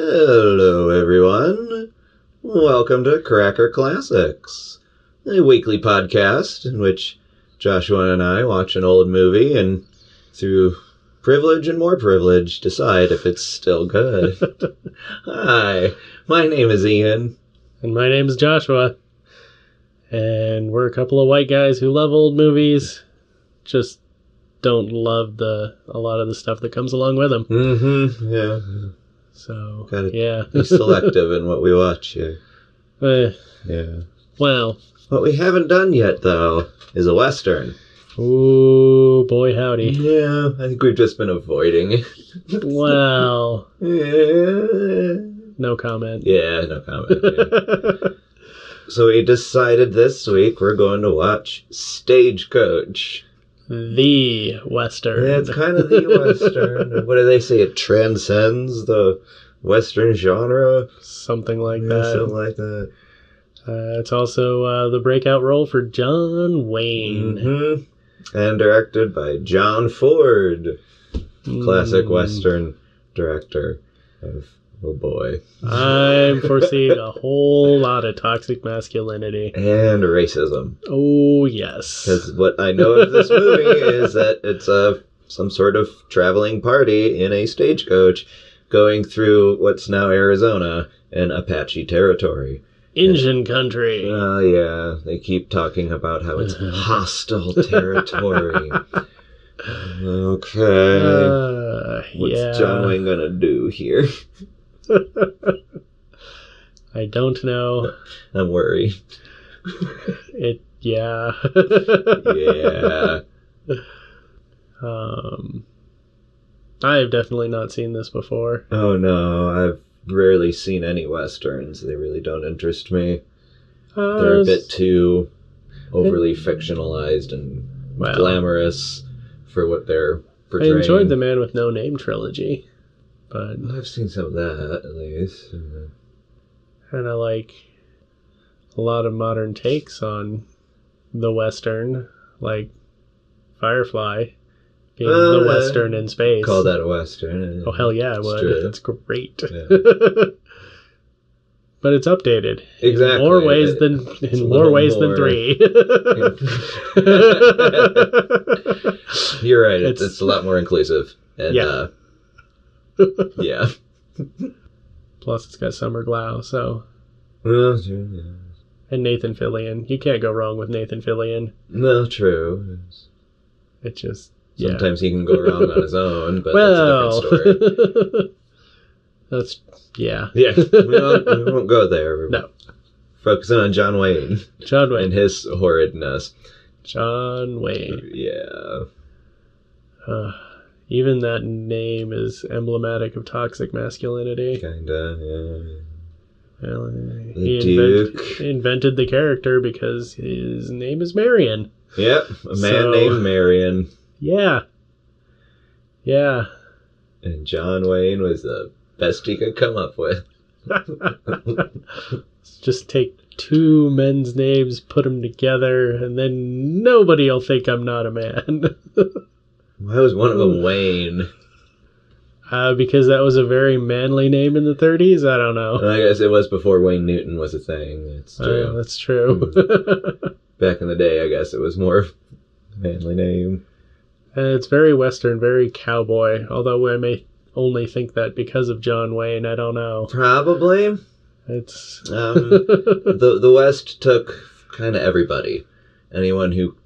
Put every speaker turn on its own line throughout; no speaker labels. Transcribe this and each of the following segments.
Hello, everyone. Welcome to Cracker Classics, a weekly podcast in which Joshua and I watch an old movie and, through privilege and more privilege, decide if it's still good. Hi, my name is Ian.
And my name is Joshua. And we're a couple of white guys who love old movies, just don't love the a lot of the stuff that comes along with them.
Mm-hmm. Yeah.
So
Got it.
yeah,
Be selective in what we watch here.
Eh,
Yeah.
well,
What we haven't done yet, though, is a Western.
ooh boy howdy.
Yeah, I think we've just been avoiding it.
Well,
Yeah,
no comment.
no comment. yeah. So we decided this week we're going to watch Stagecoach.
the western.
Yeah, it's kind of the Western. what do they say? It transcends the Western genre.
something like
Yeah,
that.
Something like that.
Uh, it's also uh, the breakout role for John Wayne.
hmm And directed by John Ford, Mm-hmm. classic
Mm.
Western director of Oh Boy.
I'm foreseeing a whole lot of toxic masculinity.
And racism.
Oh yes.
Because what I know of this movie is that it's a some sort of traveling party in a stagecoach going through what's now Arizona and Apache territory.
Engine country.
Oh yeah, they keep talking about how it's hostile territory. okay.
Uh,
What's
yeah.
John Wayne gonna do here?
I don't know.
I'm worried.
It yeah.
Yeah.
Um I've definitely not seen this before.
Oh no, I've rarely seen any westerns. They really don't interest me.
Uh,
they're a bit too overly fictionalized and
Wow.
glamorous for what they're
I
portraying.
enjoyed the Man with No Name trilogy, but
I've seen some of that at least.
kind of like a lot of modern takes on the western, like Firefly being
Uh,
the western in space.
Call that a western.
Oh hell yeah, I
It's
would.
true.
That's great.
Yeah.
but it's updated
Exactly.
in more ways
It-
than
it's a
in more
little
ways
more-
than three.
You're right. It's,
It's-
it's a lot more inclusive. And,
Yeah.
Uh, yeah.
Plus, it's got Summer Glau, so
Well, true, yeah.
and Nathan Fillion. You can't go wrong with Nathan Fillion.
No, true.
It just yeah.
Sometimes he can go wrong on his own, but
well,
that's a different story.
that's yeah.
Yeah, we won't, we won't go there.
No.
Focusing on John Wayne.
John Wayne.
and his horridness.
John Wayne.
Yeah.
Uh, even that name is emblematic of toxic masculinity.
Kinda, yeah.
Well, uh,
The
he invent-
Duke.
invented the character because his name is Marion.
Yep. A man
So-
named Marion.
Yeah. Yeah.
And John Wayne was the best he could come up with.
Just take two men's names, put them together, and then nobody will think I'm not a man.
Why was one of them Wayne?
uh, because that was a very manly name in the 30s? I don't know.
Well, I guess it was before Wayne Newton was a thing. It's
Uh,
true. Hmm.
that's true.
Back in the day, I guess it was more of a manly name.
and it's very Western, very cowboy, although I may only think that because of John Wayne. I don't know.
Probably. Um,
It's.
Hmm. the, the West took kind of everybody. Anyone who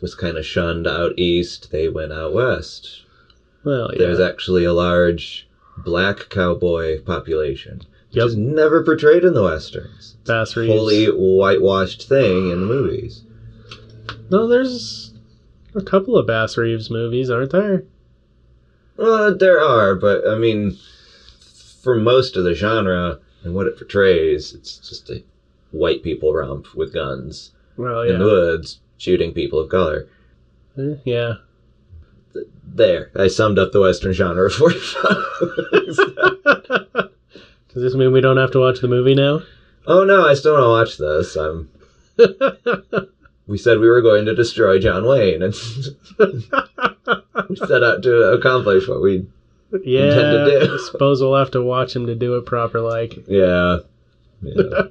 was kind of shunned out east, they went out west.
well, yeah.
there's actually a large black cowboy population, which
Yep.
is never portrayed in the westerns.
Bass Reeves.
Fully whitewashed thing in the movies.
No, there's a couple of Bass Reeves movies, aren't there?
Well, there are, but I mean, for most of the genre and what it portrays, it's just a white people romp with guns
Well,
in the woods shooting people of color.
Eh, yeah.
There, I summed up the western genre for you.
Does this mean we don't have to watch the movie now?
oh no, I still want to watch this. I'm. We said we were going to destroy John Wayne, and we set out to accomplish what we
Yeah,
to do.
I suppose we'll have to watch him to do it proper. Like,
Yeah. Yeah.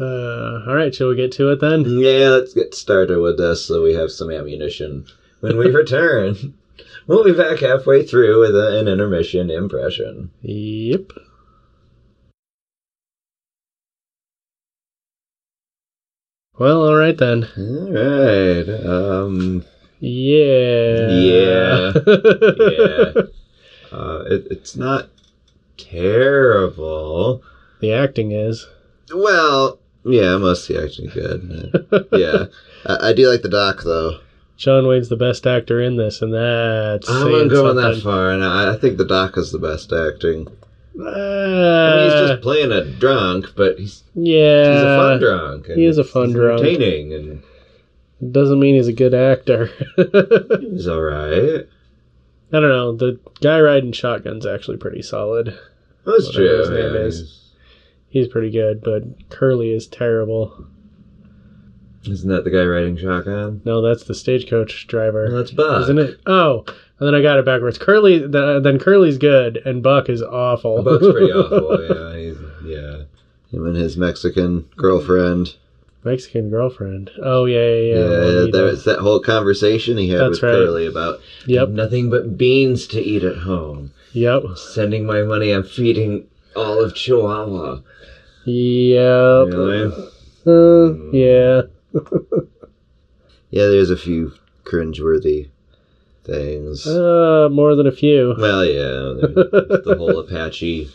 uh, all right, shall we get to it then?
yeah, let's get started with this so we have some ammunition. When we return, we'll be back halfway through with a, an intermission impression.
Yep. Well, all right then.
All right. Um,
Yeah.
Yeah. yeah.
yeah.
Uh, it, it's not terrible.
The acting is.
Well, yeah, mostly actually good. yeah. I, I do like the doc, though.
Sean Wayne's the best actor in this, and that's.
I'm
saying
not going
something.
that far, and I, I think the doc is the best acting. I mean, he's
Uh,
just playing a drunk, but he's,
yeah.
he's a fun drunk. and
Uh, he is a fun
he's
drunk.
Entertaining, and
Doesn't mean he's a good actor. I
he's all right.
don't know. The guy riding shotgun's actually pretty solid.
That's
Whatever
true.
his name
yeah,
is.
he's-
He's pretty good, but Curly is terrible.
Isn't that the guy riding shotgun?
No, that's the stagecoach
Well,
driver,
that's Buck.
isn't it? Oh, and then I got it backwards. Curly, th- then Curly's good, and Buck is awful.
Buck's pretty awful. Yeah, he's, yeah. Him and his Mexican girlfriend.
Mexican girlfriend. Oh yeah, yeah,
Yeah,
yeah. Juanita.
there was that whole conversation he had
That's
with
right.
Curly about
Yep,
nothing but beans to eat at home.
yep,
Sending my money, I'm feeding all of Chihuahua.
yep.
Really?
Uh, yeah.
Yeah, there's a few cringeworthy things.
Uh, more than a few. Uh,
Well, yeah, there's the whole Apache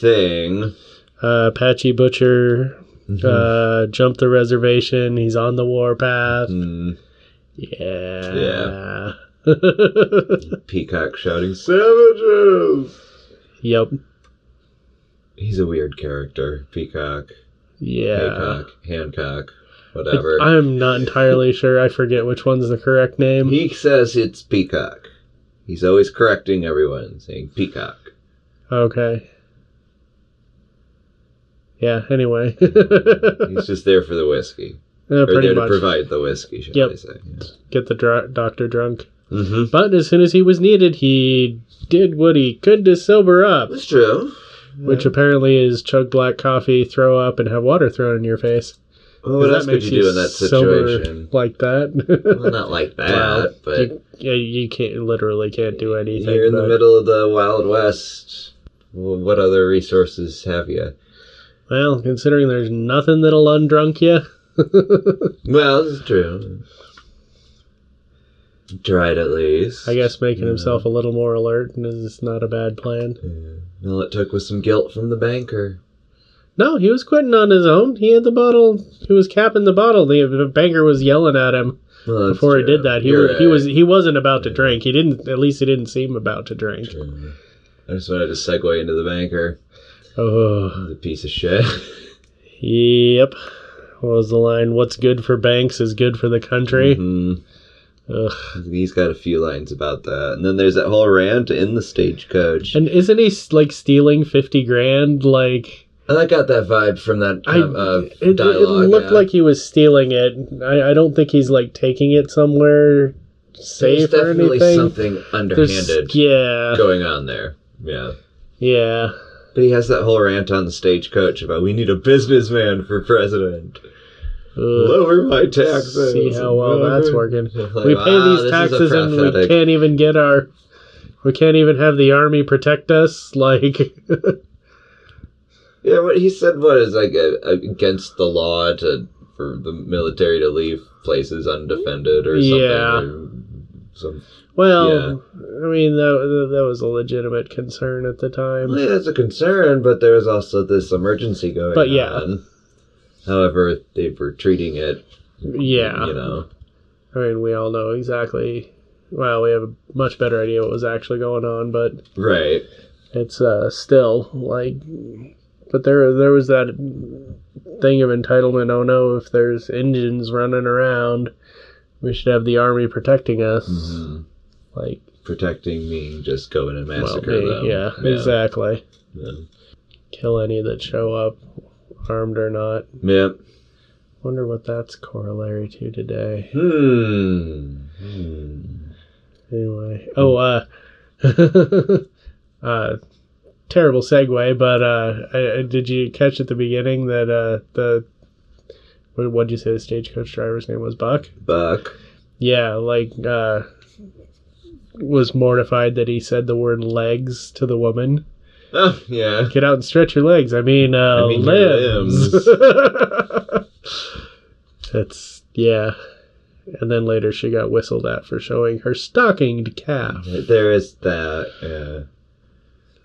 thing.
Uh, Apache Butcher
Hmm.
uh, jumped the reservation. He's on the warpath.
Mm,
Yeah.
Peacock shouting savages.
yep.
He's a weird character. Peacock,
Yeah.
Haycock, Hancock,
I-
whatever.
I'm not entirely sure. I forget which one's the correct name.
he says it's Peacock. He's always correcting everyone, saying Peacock.
Okay. Yeah. Anyway.
He's just there for the whiskey,
Uh,
or
pretty
there to
much
provide the whiskey. Should
Yep.
I say?
get the dr- doctor drunk.
Mm-hmm.
But as soon as he was needed, he did what he could to sober up,
That's true.
which apparently is chug black coffee, throw up, and have water thrown in your face.
Well, what
'Cause
else could
makes
you do in that
sober
situation?
like
Well,
that.
not like that,
Well,
but
you, yeah, you can't you literally can't do anything.
you're in the
but-
middle of the Wild West. Well, what other resources have you?
Well, considering there's nothing that'll undrunk you.
Well, it's true. Tried at least.
I guess making
Yeah.
himself a little more alert is not a bad plan.
Yeah. All it took was some guilt from the banker.
No, he was quitting on his own. He had the bottle. He was capping the bottle. The, the banker was yelling at him.
Well, that's
before he
true.
did that. He
You're
was, he
right.
was he wasn't about to
Yeah.
drink. He didn't at least he didn't seem about to drink.
True. I just wanted to segue into the banker.
Oh,
The piece of shit.
yep. What was the line? What's good for banks is good for the country.
Mhm.
Ugh.
He's got a few lines about that. And then there's that whole rant in the stagecoach.
And isn't he s- like stealing fifty grand? Like
And I got that vibe from that
I,
um, uh,
it, it
dialogue.
looked
yeah.
like he was stealing it. I, I don't think he's like taking it somewhere
there's
safe or
definitely
anything.
something
There's-
underhanded
yeah,
going on there. Yeah,
yeah.
but he has that whole rant on the stagecoach about we need a businessman for president.
Ugh.
Lower my taxes.
See how well that's working.
Like,
we pay
wow, this is a
these taxes and we
prophetic-
can't even get our we can't even have the army protect us like
Yeah, what he said was like uh, against the law to for the military to leave places undefended or something.
Yeah.
or some-
well i mean that, that was a legitimate concern at the time
Well, yeah, that's a concern, but there was also this emergency going
But, yeah.
on. However, they were treating it,
yeah
you know.
i mean we all know exactly well we have a much better idea what was actually going on but
Right.
it's uh still like but there there was that thing of entitlement oh no if there's engines running around we should have the army protecting us
Mm-hmm.
like
Protecting me, just go in and massacre
well, me,
them.
Yeah, exactly.
Yeah.
Kill any that show up, armed or not.
Yeah.
Wonder what that's corollary to today.
Hmm. Hmm.
Anyway, oh, uh, uh, terrible segue, but uh, I, I- did you catch at the beginning that uh, the what what'd you say the stagecoach driver's name was Buck?
Buck.
Yeah, like uh, was mortified that he said the word legs to the woman.
Oh, yeah.
Get out and stretch your legs. I mean, uh,
I mean, your
limbs. That's yeah. And then later she got whistled at for showing her stockinged calf.
There is that. Yeah.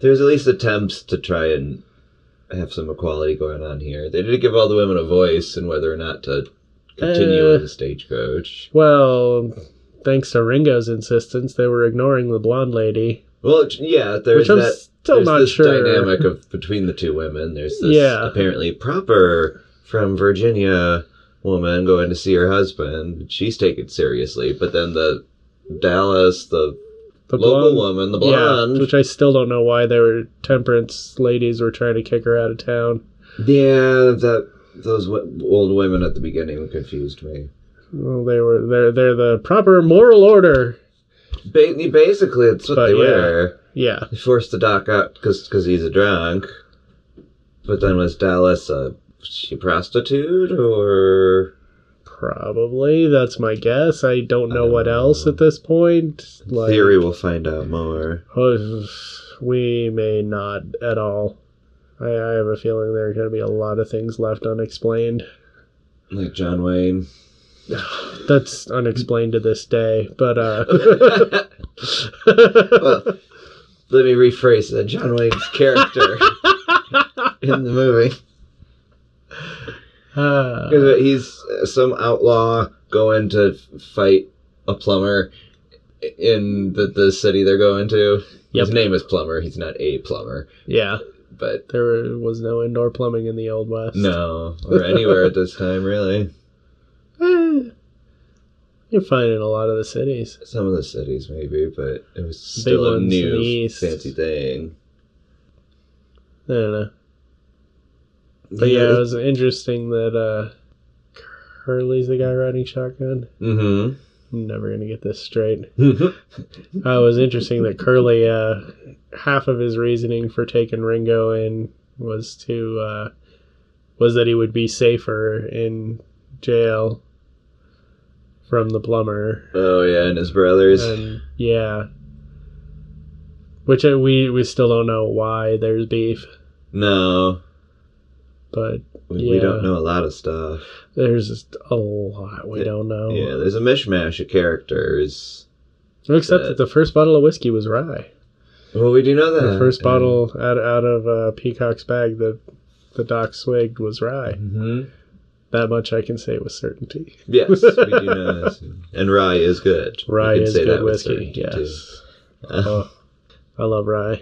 There's at least attempts to try and have some equality going on here. They did give all the women a voice in whether or not to continue
Uh.
in the stagecoach.
Well, thanks to Ringo's insistence, they were ignoring the blonde lady,
Well, it's- yeah, there's
which I'm
that.
still
there's
not
this
sure.
dynamic of between the two women. There's this
Yeah.
apparently proper from Virginia woman going to see her husband. She's taken seriously, but then the Dallas, the,
The
local
blonde-
woman, the
yeah,
blonde,
which I still don't know why their temperance ladies were trying to kick her out of town.
Yeah, that those w- old women at the beginning confused me.
Well, they were they're they're the proper moral order.
Ba- basically, it's what
But,
they
yeah.
were.
Yeah,
They forced the doc out because he's a drunk. But then was Dallas a was she a prostitute or
probably that's my guess. I don't know what
Um,
else at this point. Like,
theory? We'll find out more.
oh, we may not at all. I, I have a feeling there are going to be a lot of things left unexplained.
Like John Wayne.
That's unexplained to this day, but uh
well, let me rephrase that. John Wayne's character in the movie.
uh,
Because he's uh, some outlaw going to f- fight a plumber in the, the city they're going to.
Yep.
His name is Plumber. He's not a plumber,
yeah,
but
there was no indoor plumbing in the old west.
no, or anywhere at this time, really.
Eh, you're finding a lot of the cities.
Some of the cities, maybe, but it was still a
ones in the
new
east.
fancy thing.
I don't know, but yeah, it was interesting that uh Hurley's the guy riding shotgun.
Mm-hmm.
I'm never gonna get this straight. Uh, it was interesting that Curly, uh, half of his reasoning for taking Ringo in was to uh, was that he would be safer in jail from the plumber,
oh yeah, and his brothers.
and yeah, which uh, we we still don't know why there's beef,
no,
but
we, we don't
Yeah.
know a lot of stuff.
there's just a lot we don't know.
Yeah, there's a mishmash of characters.
Except
that-
that the first bottle of whiskey was rye.
Well, we do know that
The first
Yeah.
bottle out out of uh, Peacock's bag that the doc swigged was rye.
Mhm.
That much I can say with certainty.
Yes, we do know this. And rye is good. We
Rye
can
is
say
good
that with
whiskey.
certainty, too.
Yes. Oh, I love rye.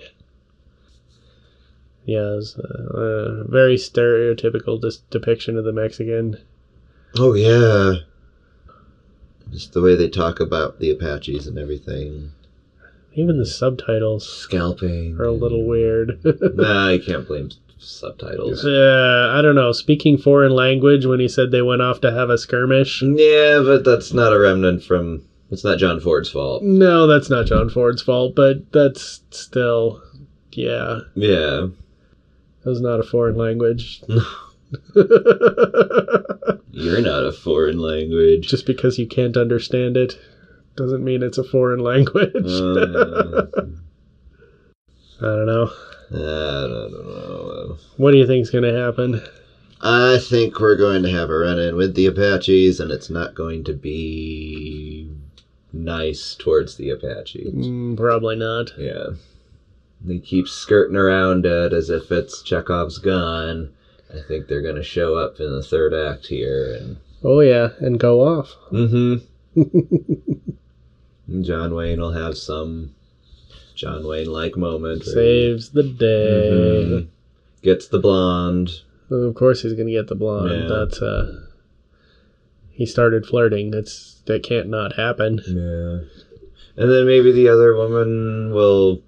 Yeah, it's a, a uh, very stereotypical dis- depiction of the Mexican.
Oh yeah. Just the way they talk about the Apaches and everything,
Even the subtitles
scalping.
are a little weird.
Nah, I can't blame s- subtitles.
Yeah, I don't know. Speaking foreign language when he said they went off to have a skirmish.
Yeah, but that's not a remnant from. It's not John Ford's fault.
No, that's not John Ford's fault, but that's still, yeah,
Yeah.
that was not a foreign language.
You're not a foreign language.
Just because you can't understand it doesn't mean it's a foreign language.
Uh,
I don't know.
I don't know.
What do you think's going to happen?
I think we're going to have a run in with the Apaches, and it's not going to be nice towards the Apaches.
Mm, probably not.
Yeah. They keep skirting around it as if it's Chekhov's gun. I think they're going to show up in the third act here. And
Oh, yeah, and go off.
mm-hmm. John Wayne will have some John Wayne like moment. where he-
Saves the day.
Mhm. Gets the blonde.
Of course, he's going to get the blonde.
Yeah.
That's, uh, he started flirting. That's, that can't not happen.
Yeah. And then maybe the other woman will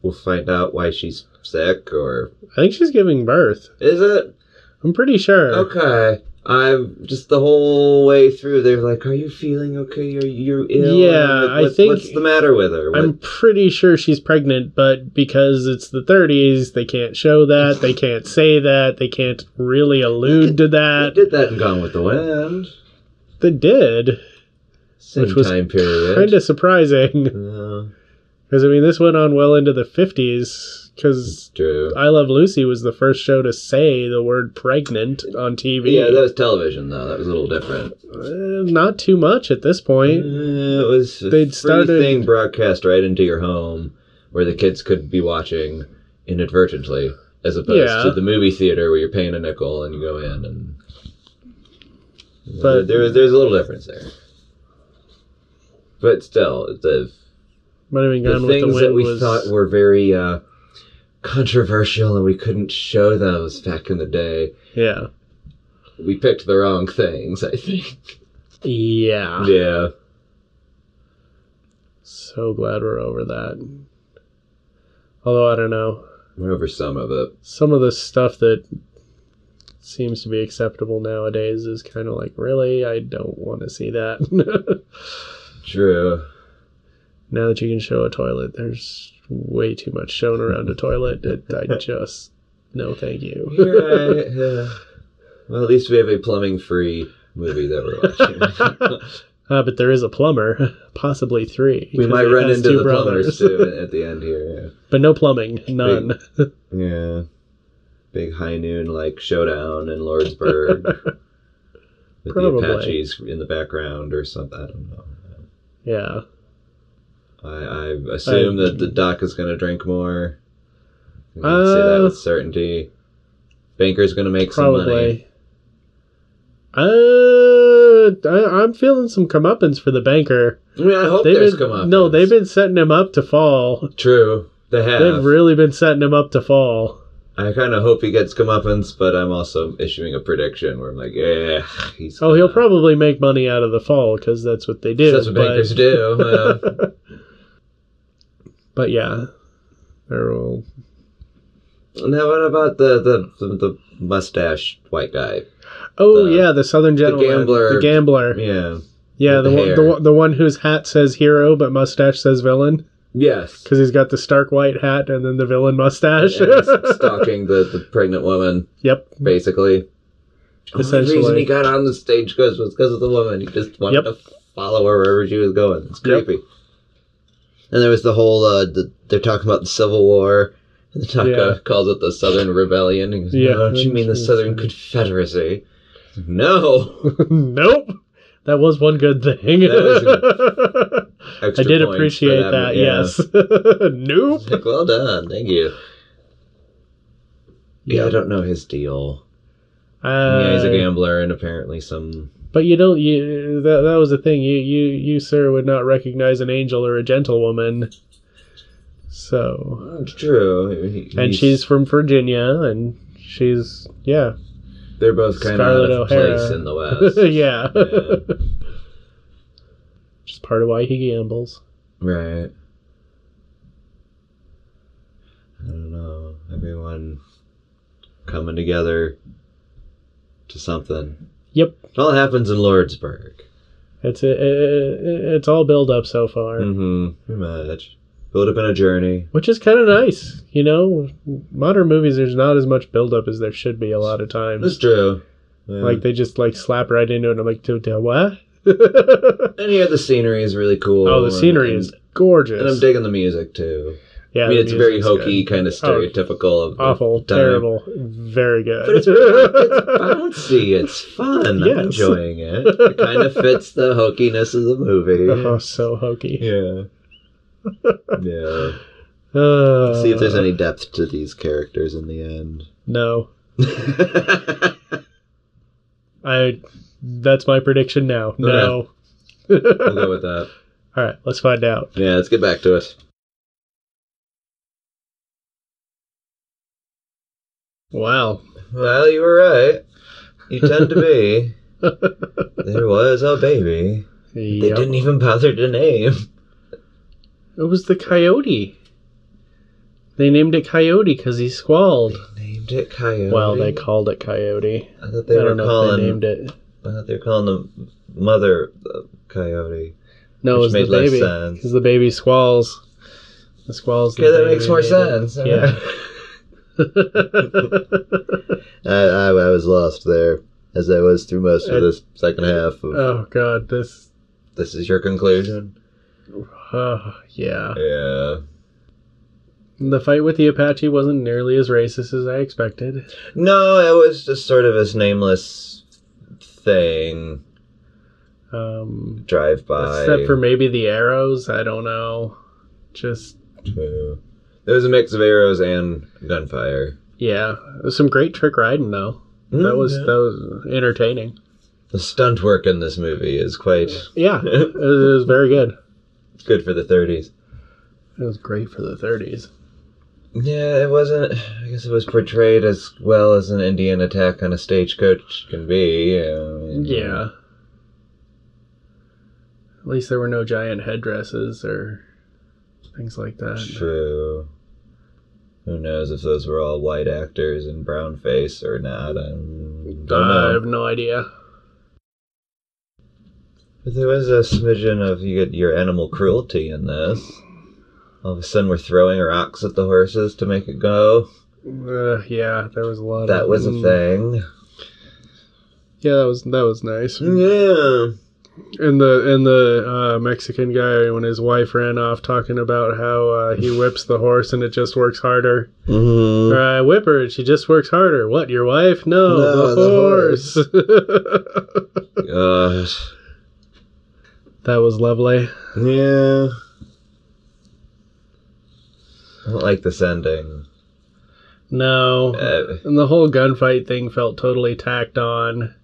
will find out why she's sick or
I think she's giving birth.
is it?
I'm pretty sure.
Okay. I'm just the whole way through. They're like, "Are you feeling okay? Are you ill?"
Yeah,
And I'm like,
I
"What-
think-
what's the matter with her? What-
I'm pretty sure she's pregnant, but because it's the 30s, they can't show that. They can't say that. They can't really allude to
they
that.
did that in Gone with the Wind.
They did.
Same
Which was
time period.
Kind of surprising.
Uh,
Because, I mean, this went on well into the 50s. Because
true.
I Love Lucy was the first show to say the word pregnant on TV.
Yeah, that was television though. That was a little different.
Uh, not too much at this point.
Uh, it was a
They'd
free
started-
thing broadcast right into your home, where the kids could be watching inadvertently, as opposed
Yeah.
to the movie theater where you're paying a nickel and you go in and.
But-
there, there's a little difference there. But still, the
Might have been
the
Gone with the
things that
Wind
we
was.
thought were very uh, controversial and we couldn't show those back in the day.
yeah.
We picked the wrong things, I think.
Yeah.
Yeah.
So glad we're over that. Although, I don't know.
We're over some of it.
some of the stuff that seems to be acceptable nowadays is kind of like really i don't want to see that
True.
now that you can show a toilet there's way too much shown around a toilet it, i just no thank
You're
you
right, yeah. Well, at least we have a plumbing free movie that we're watching.
uh, but there is a plumber possibly three
we
because
might
it
run
has
into
two
the plumbers too at the end here.
but no plumbing none
Yeah. yeah. Big high noon like showdown in Lordsburg. with
Probably.
the Apaches in the background or something. I don't know.
yeah
I, I assume
I-
that the doc is going to drink more. I can say that
Uh,
with certainty. Banker's going to make some money.
probably uh, I, I'm feeling some comeuppance for the banker.
I mean, I hope
They've
there's
been,
come up.
no, they've been setting him up to fall.
true. They have.
They've really been setting him up to fall.
I kind of hope he gets comeuppance, but I'm also issuing a prediction where I'm like, yeah, he's.
Oh, he'll
gonna-
probably make money out of the fall because that's what they do.
That's what
but-
bankers do. uh,
But yeah, they're all.
now, what about the the, the the mustache white guy?
Oh
The-
yeah, the Southern gentleman,
gambler-
the gambler.
Yeah.
Yeah,
with
the
the
one, the,
hair.
one- the one whose hat says hero but mustache says villain
Yes.
because he's got the stark white hat and then the villain mustache.
And he's stalking the, the pregnant woman.
yep.
basically. The
Essentially.
only reason he got on the stage because was because of the woman. He just wanted
Yep.
to follow her wherever she was going. It's
Yep.
creepy. And there was the whole uh, the, they're talking about the Civil War. And the Taka
Yeah.
calls it the Southern Rebellion. And he goes,
Yeah.
"No, do you mean the Southern Confederacy? No.
nope. That was one good thing.
That
I
Extra
did
points for
appreciate
them,
that.
yeah.
Yes. nope.
Like, well done. Thank you. Yeah, I don't know his deal. yeah, he's a
Uh,
gambler and apparently some.
But you don't. You that, that was the thing. You you you sir would not recognize an angel or a gentlewoman. So
Well, It's true. He-
and
he's-
she's from Virginia, and she's yeah
They're both kind
Scarlett
of out of
O'Hara.
place in the West.
yeah.
Yeah.
Which is part of why he gambles.
Right. I don't know. Everyone coming together to something.
Yep.
It all happens in Lordsburg.
It's a, it, it- it's all build up so far,
Mm-hmm. Pretty much. Build up in a journey.
which is kind of nice. You know, modern movies there's not as much build up as there should be a lot of times.
That's true. Yeah.
Like they just like slap right into it. and I'm like, "Dude, dude, what?
and yeah, the scenery is really cool.
Oh, the
and-
scenery
and-
is gorgeous.
And I'm digging the music too.
yeah,
I mean,
the
it's very
music's
hokey,
good. Oh,
kind of stereotypical of the
Awful,
time.
terrible, very good.
But it's, it's bouncy. It's fun. I'm
Yes.
enjoying it. It kind of fits the hokiness of the movie.
oh, so hokey.
Yeah. yeah.
Uh,
See if there's any depth to these characters in the end.
No, I. That's my prediction now.
Oh,
No.
we'll go with that.
All right, let's find out.
Yeah, let's get back to it.
Wow.
Well, you were right. You tend to be. there was a baby. They
Yep.
didn't even bother to name.
It was the coyote. They named it Coyote because he squalled.
Name named it Coyote.
Well, they called it Coyote.
I thought they
I
were
don't know if
calling.
they named it.
I thought they were calling the mother uh, Coyote.
No, it
Which
was the
made less
baby.
sense.
Because the baby squalls. The squalls. the
Okay, that
baby
makes more
made it.
sense. I, I, I was lost there, as I was through most of
Uh,
this second half. Of,
Yeah. oh God, this.
this is your conclusion.
Oh yeah.
Yeah.
The fight with the Apache wasn't nearly as racist as I expected.
No, it was just sort of this nameless thing
Um,
drive by.
except for maybe the arrows. I don't know. Just
two. There was a mix of arrows and gunfire.
yeah, There's some great trick riding though.
Mm,
That was that was entertaining.
the stunt work in this movie is quite
Yeah, it was, it was very good.
good for the 30s.
It was great for the 30s.
Yeah, it wasn't. I guess it was portrayed as well as an Indian attack on a stagecoach can be. um,
Yeah. At least there were no giant headdresses or things like that.
True. Who knows if those were all white actors in brown face or not? I don't
I
know.
have no idea.
But there was a smidgen of you get your animal cruelty in this. All of a sudden, we're throwing rocks at the horses to make it go.
Uh, yeah, there was a lot.
That
of,
was a
Mm.
thing.
Yeah, that was that was nice.
Yeah.
And the and the uh, Mexican guy when his wife ran off talking about how uh, he whips the horse and it just works harder.
Mm-hmm.
Or I whip her and she just works harder. What? Your wife? No,
No,
the,
the
horse.
Gosh.
that was lovely.
Yeah. I don't like this ending.
No.
Uh,
And the whole gunfight thing felt totally tacked on.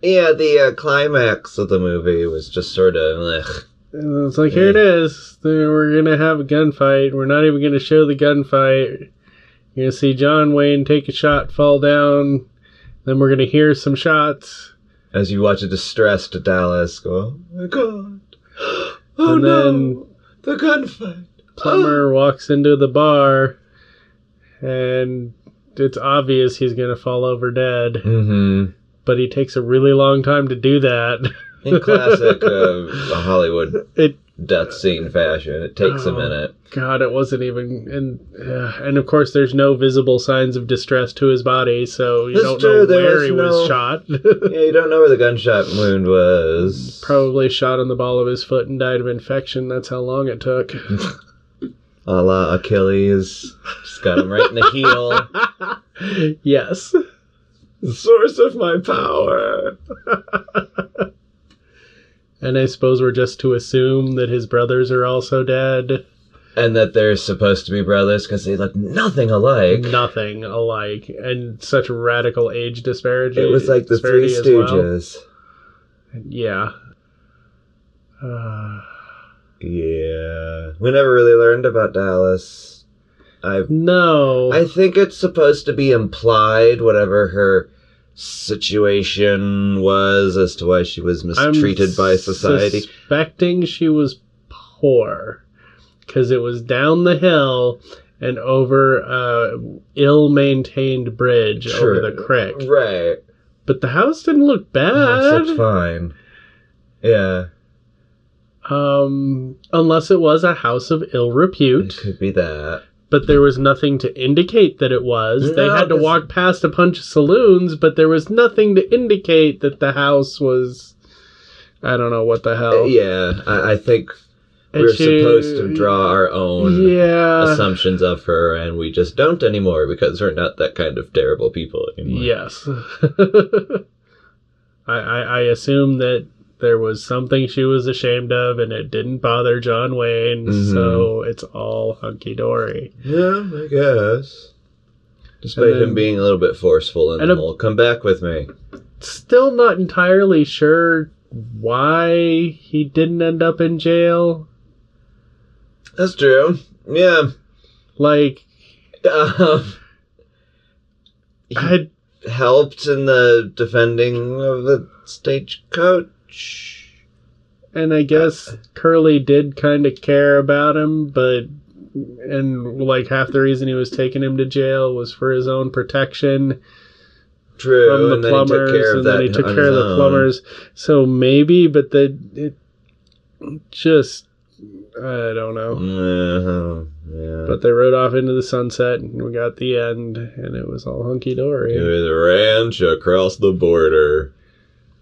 yeah, the uh, climax of the movie was just sort of. Ugh.
And It's like, here it is. We're going to have a gunfight. We're not even going to show the gunfight. You're going to see John Wayne take a shot, fall down. Then we're going to hear some shots.
As you watch a distressed Dallas go, oh my god. Oh
And
no.
then-
The gunfight.
Plumber walks into the bar, and it's obvious he's going to fall over dead.
Mm
But he takes a really long time to do that.
hmm. In classic uh, Hollywood
It-
death scene fashion, it takes a
Oh.
minute.
God, it wasn't even, and uh, and of course, there's no visible signs of distress to his body, so you
That's
don't
true,
know
there
where
was
he
no-
was shot.
Yeah, you don't know where the gunshot wound was.
Probably shot on the ball of his foot and died of infection. That's how long it took.
A la Achilles. Just got him right in the heel.
yes,
source of my power.
and I suppose we're just to assume that his brothers are also dead.
And that they're supposed to be brothers because they look nothing alike.
Nothing alike, and such radical age disparity.
it was like the Three
disparity as well.
Stooges.
Yeah. Uh,
Yeah. We never really learned about Dallas. I
no.
I think it's supposed to be implied whatever her situation was as to why she was mistreated by society.
Suspecting she was poor because it was down the hill and over a ill-maintained bridge
True.
over the creek.
right.
But the house didn't look
That's
bad,
fine. Yeah.
um, unless it was a house of ill
It
repute.
could be that.
But there was nothing to indicate that it was. they
No,
had to
'cause-
walk past a bunch of saloons, but there was nothing to indicate that the house was. I don't know what the hell.
Yeah. I, I think
Oh. And
we're
she-
supposed to draw our own
Yeah.
assumptions of her, and we just don't anymore because we're not that kind of terrible people anymore.
Yes. I, I I assume that there was something she was ashamed of, and it didn't bother John Wayne,
Mhm.
so it's all hunky dory.
Yeah, I guess. Despite
And then-
him being a little bit forceful in
And
the
a-
whole, come back with me.
Still not entirely sure why he didn't end up in jail.
That's true. Yeah.
Like
Um, he
I
helped in the defending of the stagecoach.
and I guess Curly did kind of care about him, but and like half the reason he was taking him to jail was for his own protection
True.
from the
and then
plumbers,
he took care of
and
that
then he took
on
care of
his
the
own.
plumbers. So maybe, but the it just I don't know.
Uh-huh. Yeah.
But they rode off into the sunset, and we got the end, and it was all hunky dory.
It was a ranch across the border.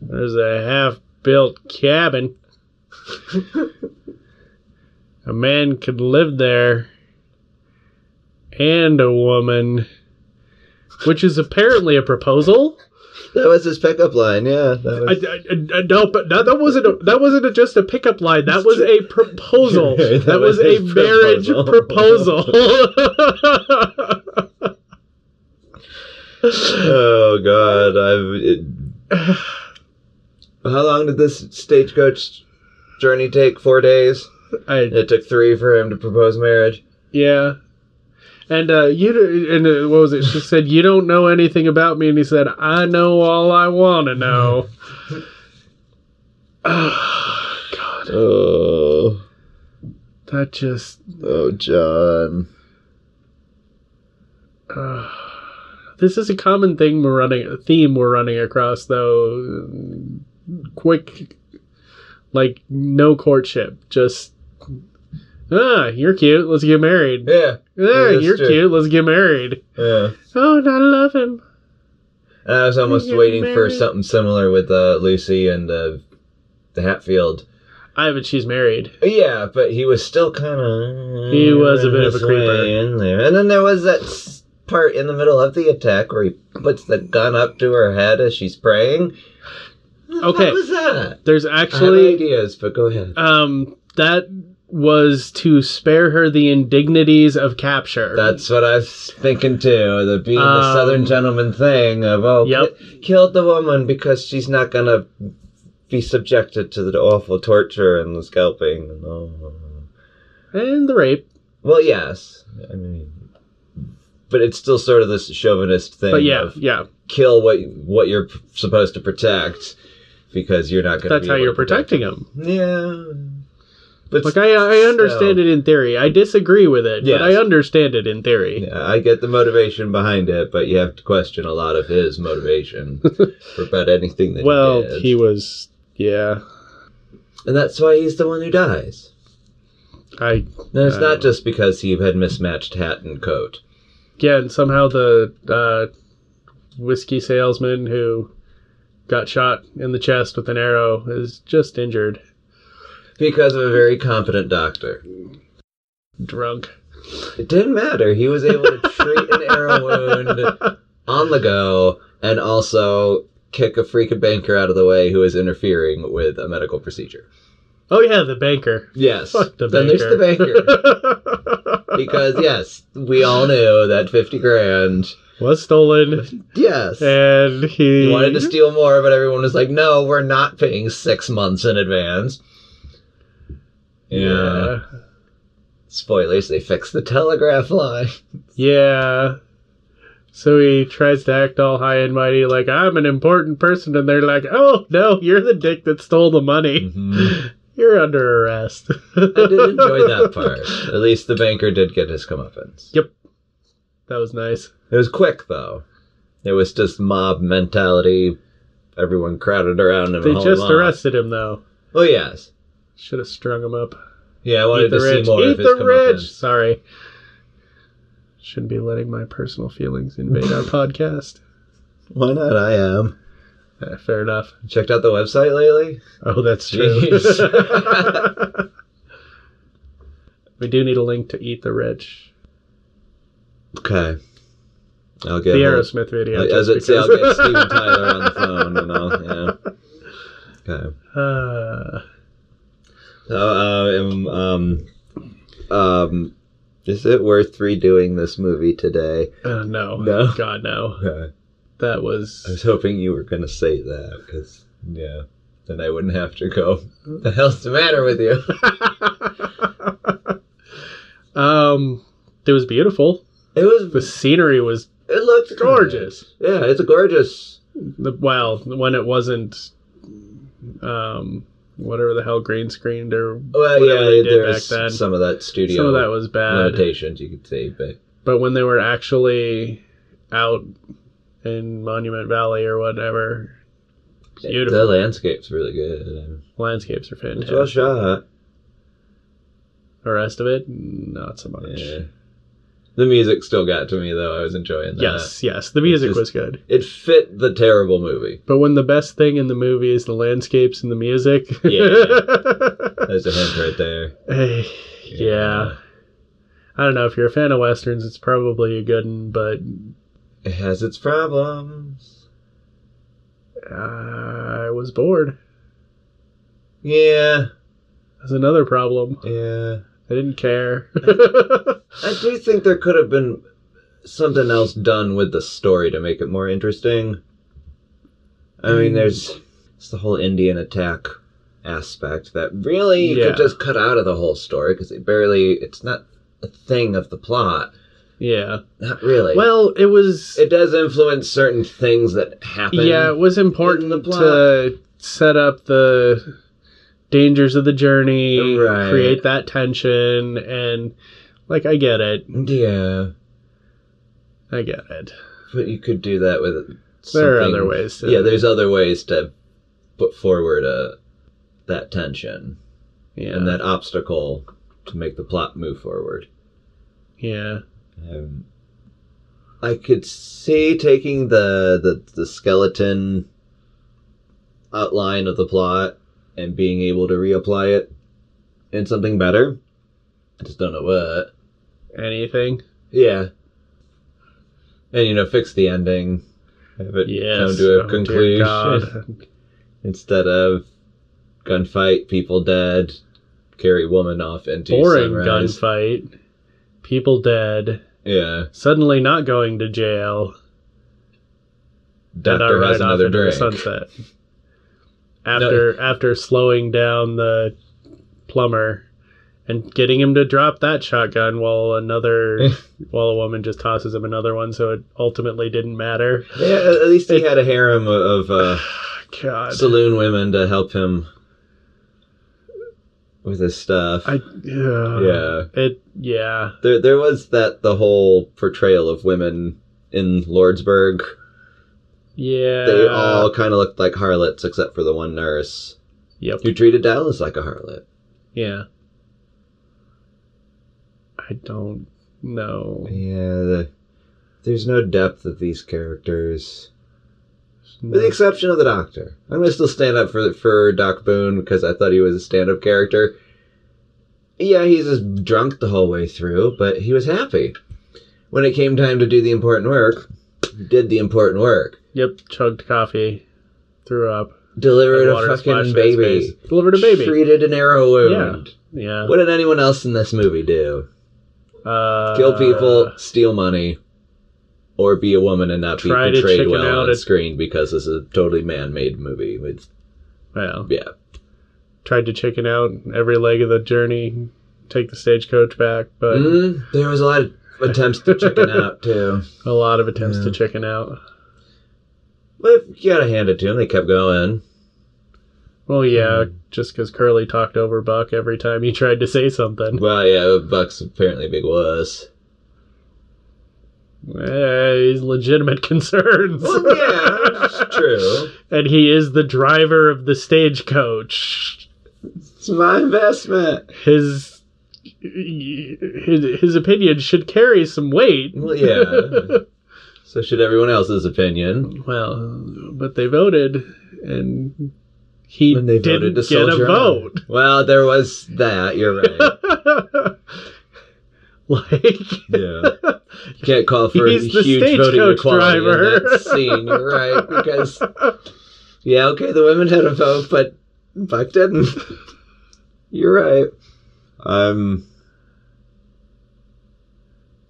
There's a half built cabin. a man could live there and a woman, which is apparently a proposal.
That was his pickup line. Yeah. That
I,
was...
I- I- no, but that, that wasn't a, that wasn't a, just a pickup line. That was a proposal.
That
That,
was
was,
his
a marriage
proposal.
proposal.
oh God! I've. It... How long did this stagecoach journey take? Four days.
I
It took three for him to propose marriage.
Yeah. And uh, you d- and uh, what was it? She said, "You don't know anything about me," and he said, "I know all I want to know." Ah, God,
Oh,
that just
oh, John.
ah. this is a common thing we're running a theme we're running across though. Quick, like no courtship, just ah, you're cute, let's get married.
Yeah,
Ah,
that's
you're
true.
cute, let's get married.
yeah.
Oh, and I love him.
And I was almost
You're
waiting for
married.
something similar with uh, Lucy and uh, the Hatfield.
I but she's married.
Yeah, but he was still kind of.
He was a bit of a creeper.
In there. And then there was that s- part in the middle of the attack where he puts the gun up to her head as she's praying. What
Okay.
was that?
There's
I have
actually
ideas, but go ahead.
um that was to spare her the indignities of capture.
That's what I was thinking too. The being the
Um,
Southern gentleman thing of oh, ki-
Yep.
killed the woman because she's not gonna be subjected to the awful torture and the scalping. And all.
and the rape.
Well, yes, I mean, but it's still sort of this chauvinist thing.
But yeah,
of
yeah.
kill what what you're p- supposed to protect because you're not gonna.
That's
be
how
able
you're
to protect-
protecting them.
Yeah, but
Like I I understand it in theory. I disagree with it,
Yes.
but I understand it in theory.
Yeah, I get the motivation behind it, but you have to question a lot of his motivation for about anything that
well,
he did.
he was yeah.
and that's why he's the one who dies.
I
And it's not
Oh.
just because he had mismatched hat and coat.
yeah, and somehow the uh whiskey salesman who got shot in the chest with an arrow is just injured,
Because of a very competent doctor.
drunk.
It didn't matter. He was able to treat an arrow wound on the go and also kick a freaking banker out of the way who was interfering with a medical procedure.
Oh yeah, the banker.
Yes.
Fuck the
then
banker.
there's the banker. because yes, we all knew that fifty grand.
was stolen,
Yes,
and he,
he wanted to steal more, but everyone was like, "No, we're not paying six months in advance." Yeah. Spoilers: They fixed the telegraph line.
yeah, yeah. So he tries to act all high and mighty, like I'm an important person, and they're like, "Oh no, you're the dick that stole the money. You're under arrest." I
I did enjoy that part. At least the banker did get his comeuppance.
That was nice.
It was quick though. It was just mob mentality. Everyone crowded around him.
They
and hauled
just
him off.
arrested him though.
Oh yes,
Should have strung him up.
yeah. I
Eat
wanted
the
to see
rich.
more
Eat
of his
the rich.
comeuppance.
Sorry. Shouldn't be letting my personal feelings invade our podcast.
Why not? I am.
Eh, fair enough.
Checked out the website lately.
Oh, that's
Jeez.
true. we do need a link to Eat the Rich.
Okay. I'll get
the
hold-
Aerosmith video.
I-
just
As it say, I'll
because-
get Steven Tyler on the phone and I'll yeah. Okay.
Uh,
So uh, um, um um is it worth redoing this movie today?
uh, no.
No.
God, no.
Okay.
That
I
was.
was hoping you were gonna say that because yeah, then I wouldn't have to go. The hell's the matter with you?
um, it was beautiful.
It was.
The scenery was
It looked
gorgeous.
Yeah, it's gorgeous.
The, well, when it wasn't um, whatever the hell green screened or
Well,
Whatever they
yeah,
did
there's
back then.
some of that studio
some of that was bad.
limitations you could say, but
But when they were actually out in Monument Valley or whatever, beautiful
the landscape's really good.
landscapes are
It's well
fantastic.
shot.
The rest of it, not so much.
Yeah. The music still got to me though. I was enjoying that.
Yes, yes, the music
just-
was good.
It fit the terrible movie.
But when the best thing in the movie is the landscapes and the music, yeah,
There's a hint right there.
yeah. I don't know if you're a fan of westerns, it's probably a good one, but
It has its problems.
uh, I was bored.
Yeah,
That's another problem.
yeah.
I didn't care.
I do think there could have been something else done with the story to make it more interesting. I
Hmm.
mean, there's it's the whole Indian attack aspect that really you
Yeah.
could just cut out of the whole story because it barely it's not a thing of the plot.
yeah.
Not really.
Well, it was
it does influence certain things that happen.
yeah, it was
in the
important
plot.
to set up the dangers of the journey,
Right.
create that tension, and like I get it,
yeah.
I get it.
But you could do that with.
There are
something-
other ways. To,
Yeah, there's other ways to put forward uh, that tension
yeah,
and that obstacle to make the plot move forward.
yeah,
Um, I could see taking the, the the skeleton outline of the plot and being able to reapply it in something better. I just don't know what.
anything.
Yeah. And you know, fix the ending. Have it
Yes,
come to a
Oh, dear
conclusion
God.
instead of gunfight, people dead, carry woman off into
Boring
sunrise.
gunfight, people dead,
Yeah,
suddenly not going to jail. and I
doctor
ride
has
off
another
into the
drink.
sunset. After after slowing down the plumber and getting him to drop that shotgun while another while a woman just tosses him another one, so it ultimately didn't matter.
Yeah, at least he had a harem of uh,
God,
saloon women to help him with his stuff.
I yeah,
Yeah.
it yeah
There, there was that the whole portrayal of women in Lordsburg.
yeah.
They all kind of looked like harlots except for the one nurse
yep
who treated Dallas like a harlot.
yeah. I don't know.
Yeah, the, there's no depth of these characters. With the exception of the Doctor, I'm gonna still stand up for for Doc Boone because I thought he was a stand-up character. Yeah, he's just drunk the whole way through, but he was happy when it came time to do the important work. he Did the important work,
Yep, chugged coffee, threw up,
delivered
had
a
water splashed
fucking
in his
baby,
face, delivered a baby.
treated an arrow wound.
Yeah.
What did anyone else in this movie do?
Uh,
Kill people, steal money, or be a woman and not be
Try to
portrayed
chicken
well
out
on
at-
screen because this is a totally man-made movie. With
Well,
yeah,
tried to chicken out every leg of the journey, take the stagecoach back, but
Mhm. There was a lot of attempts to chicken out too.
a lot of attempts to
Yeah.
chicken out.
But you gotta hand it to them. They kept going.
Well, yeah, just because Curly talked over Buck every time he tried to say something.
Well, yeah, Buck's apparently a big wuss.
Eh, he's legitimate concerns.
Well, Oh, yeah, it's true.
and he is the driver of the stagecoach.
It's my investment.
His his his opinion should carry some weight.
Well, yeah. so should everyone else's opinion.
Well, but they voted, and he
And they voted
didn't
to
get a
soldier on.
vote.
Well, there was that. You're right.
like,
Yeah. You can't call for
He's
a
the
huge voting
stagecoach
equality in
driver.
that scene. You're right. Because, yeah, okay, the women had a vote, but Buck didn't. You're right. Um,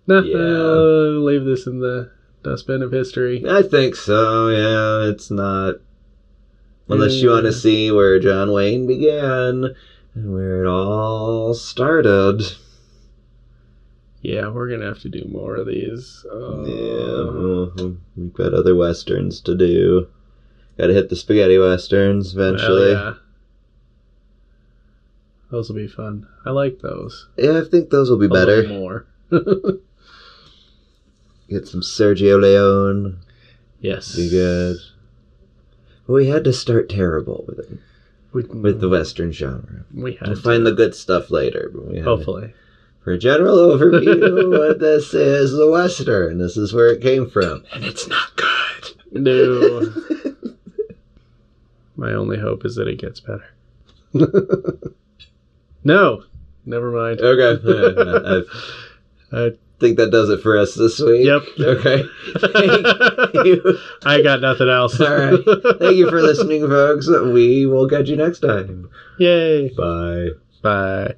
no,
Yeah.
uh, leave this in the dustbin of history.
I think so. Yeah, it's not unless you
Yeah.
want to see where John Wayne began and where it all started.
Yeah, we're gonna have to do more of these.
Oh.
Uh,
yeah, well, we've got other westerns to do. Got to hit the spaghetti westerns
well,
eventually.
yeah. Those will be fun. I like those.
Yeah, I think those will be
a little
better.
more.
Get some Sergio Leone.
yes.
Be good. We had to start terrible with it,
We,
with the Western genre.
we
We'll
had to,
find the good stuff later. But we had to-
hopefully.
For a general overview, what this is the Western. This is where it came from. And it's not good.
No. My only hope is that it gets better. no. Never mind.
Okay. I
Uh,
think that does it for us this week.
Yep.
Okay. Thank you.
I got nothing else.
All right. Thank you for listening, folks. We will catch you next time.
Yay.
Bye.
Bye.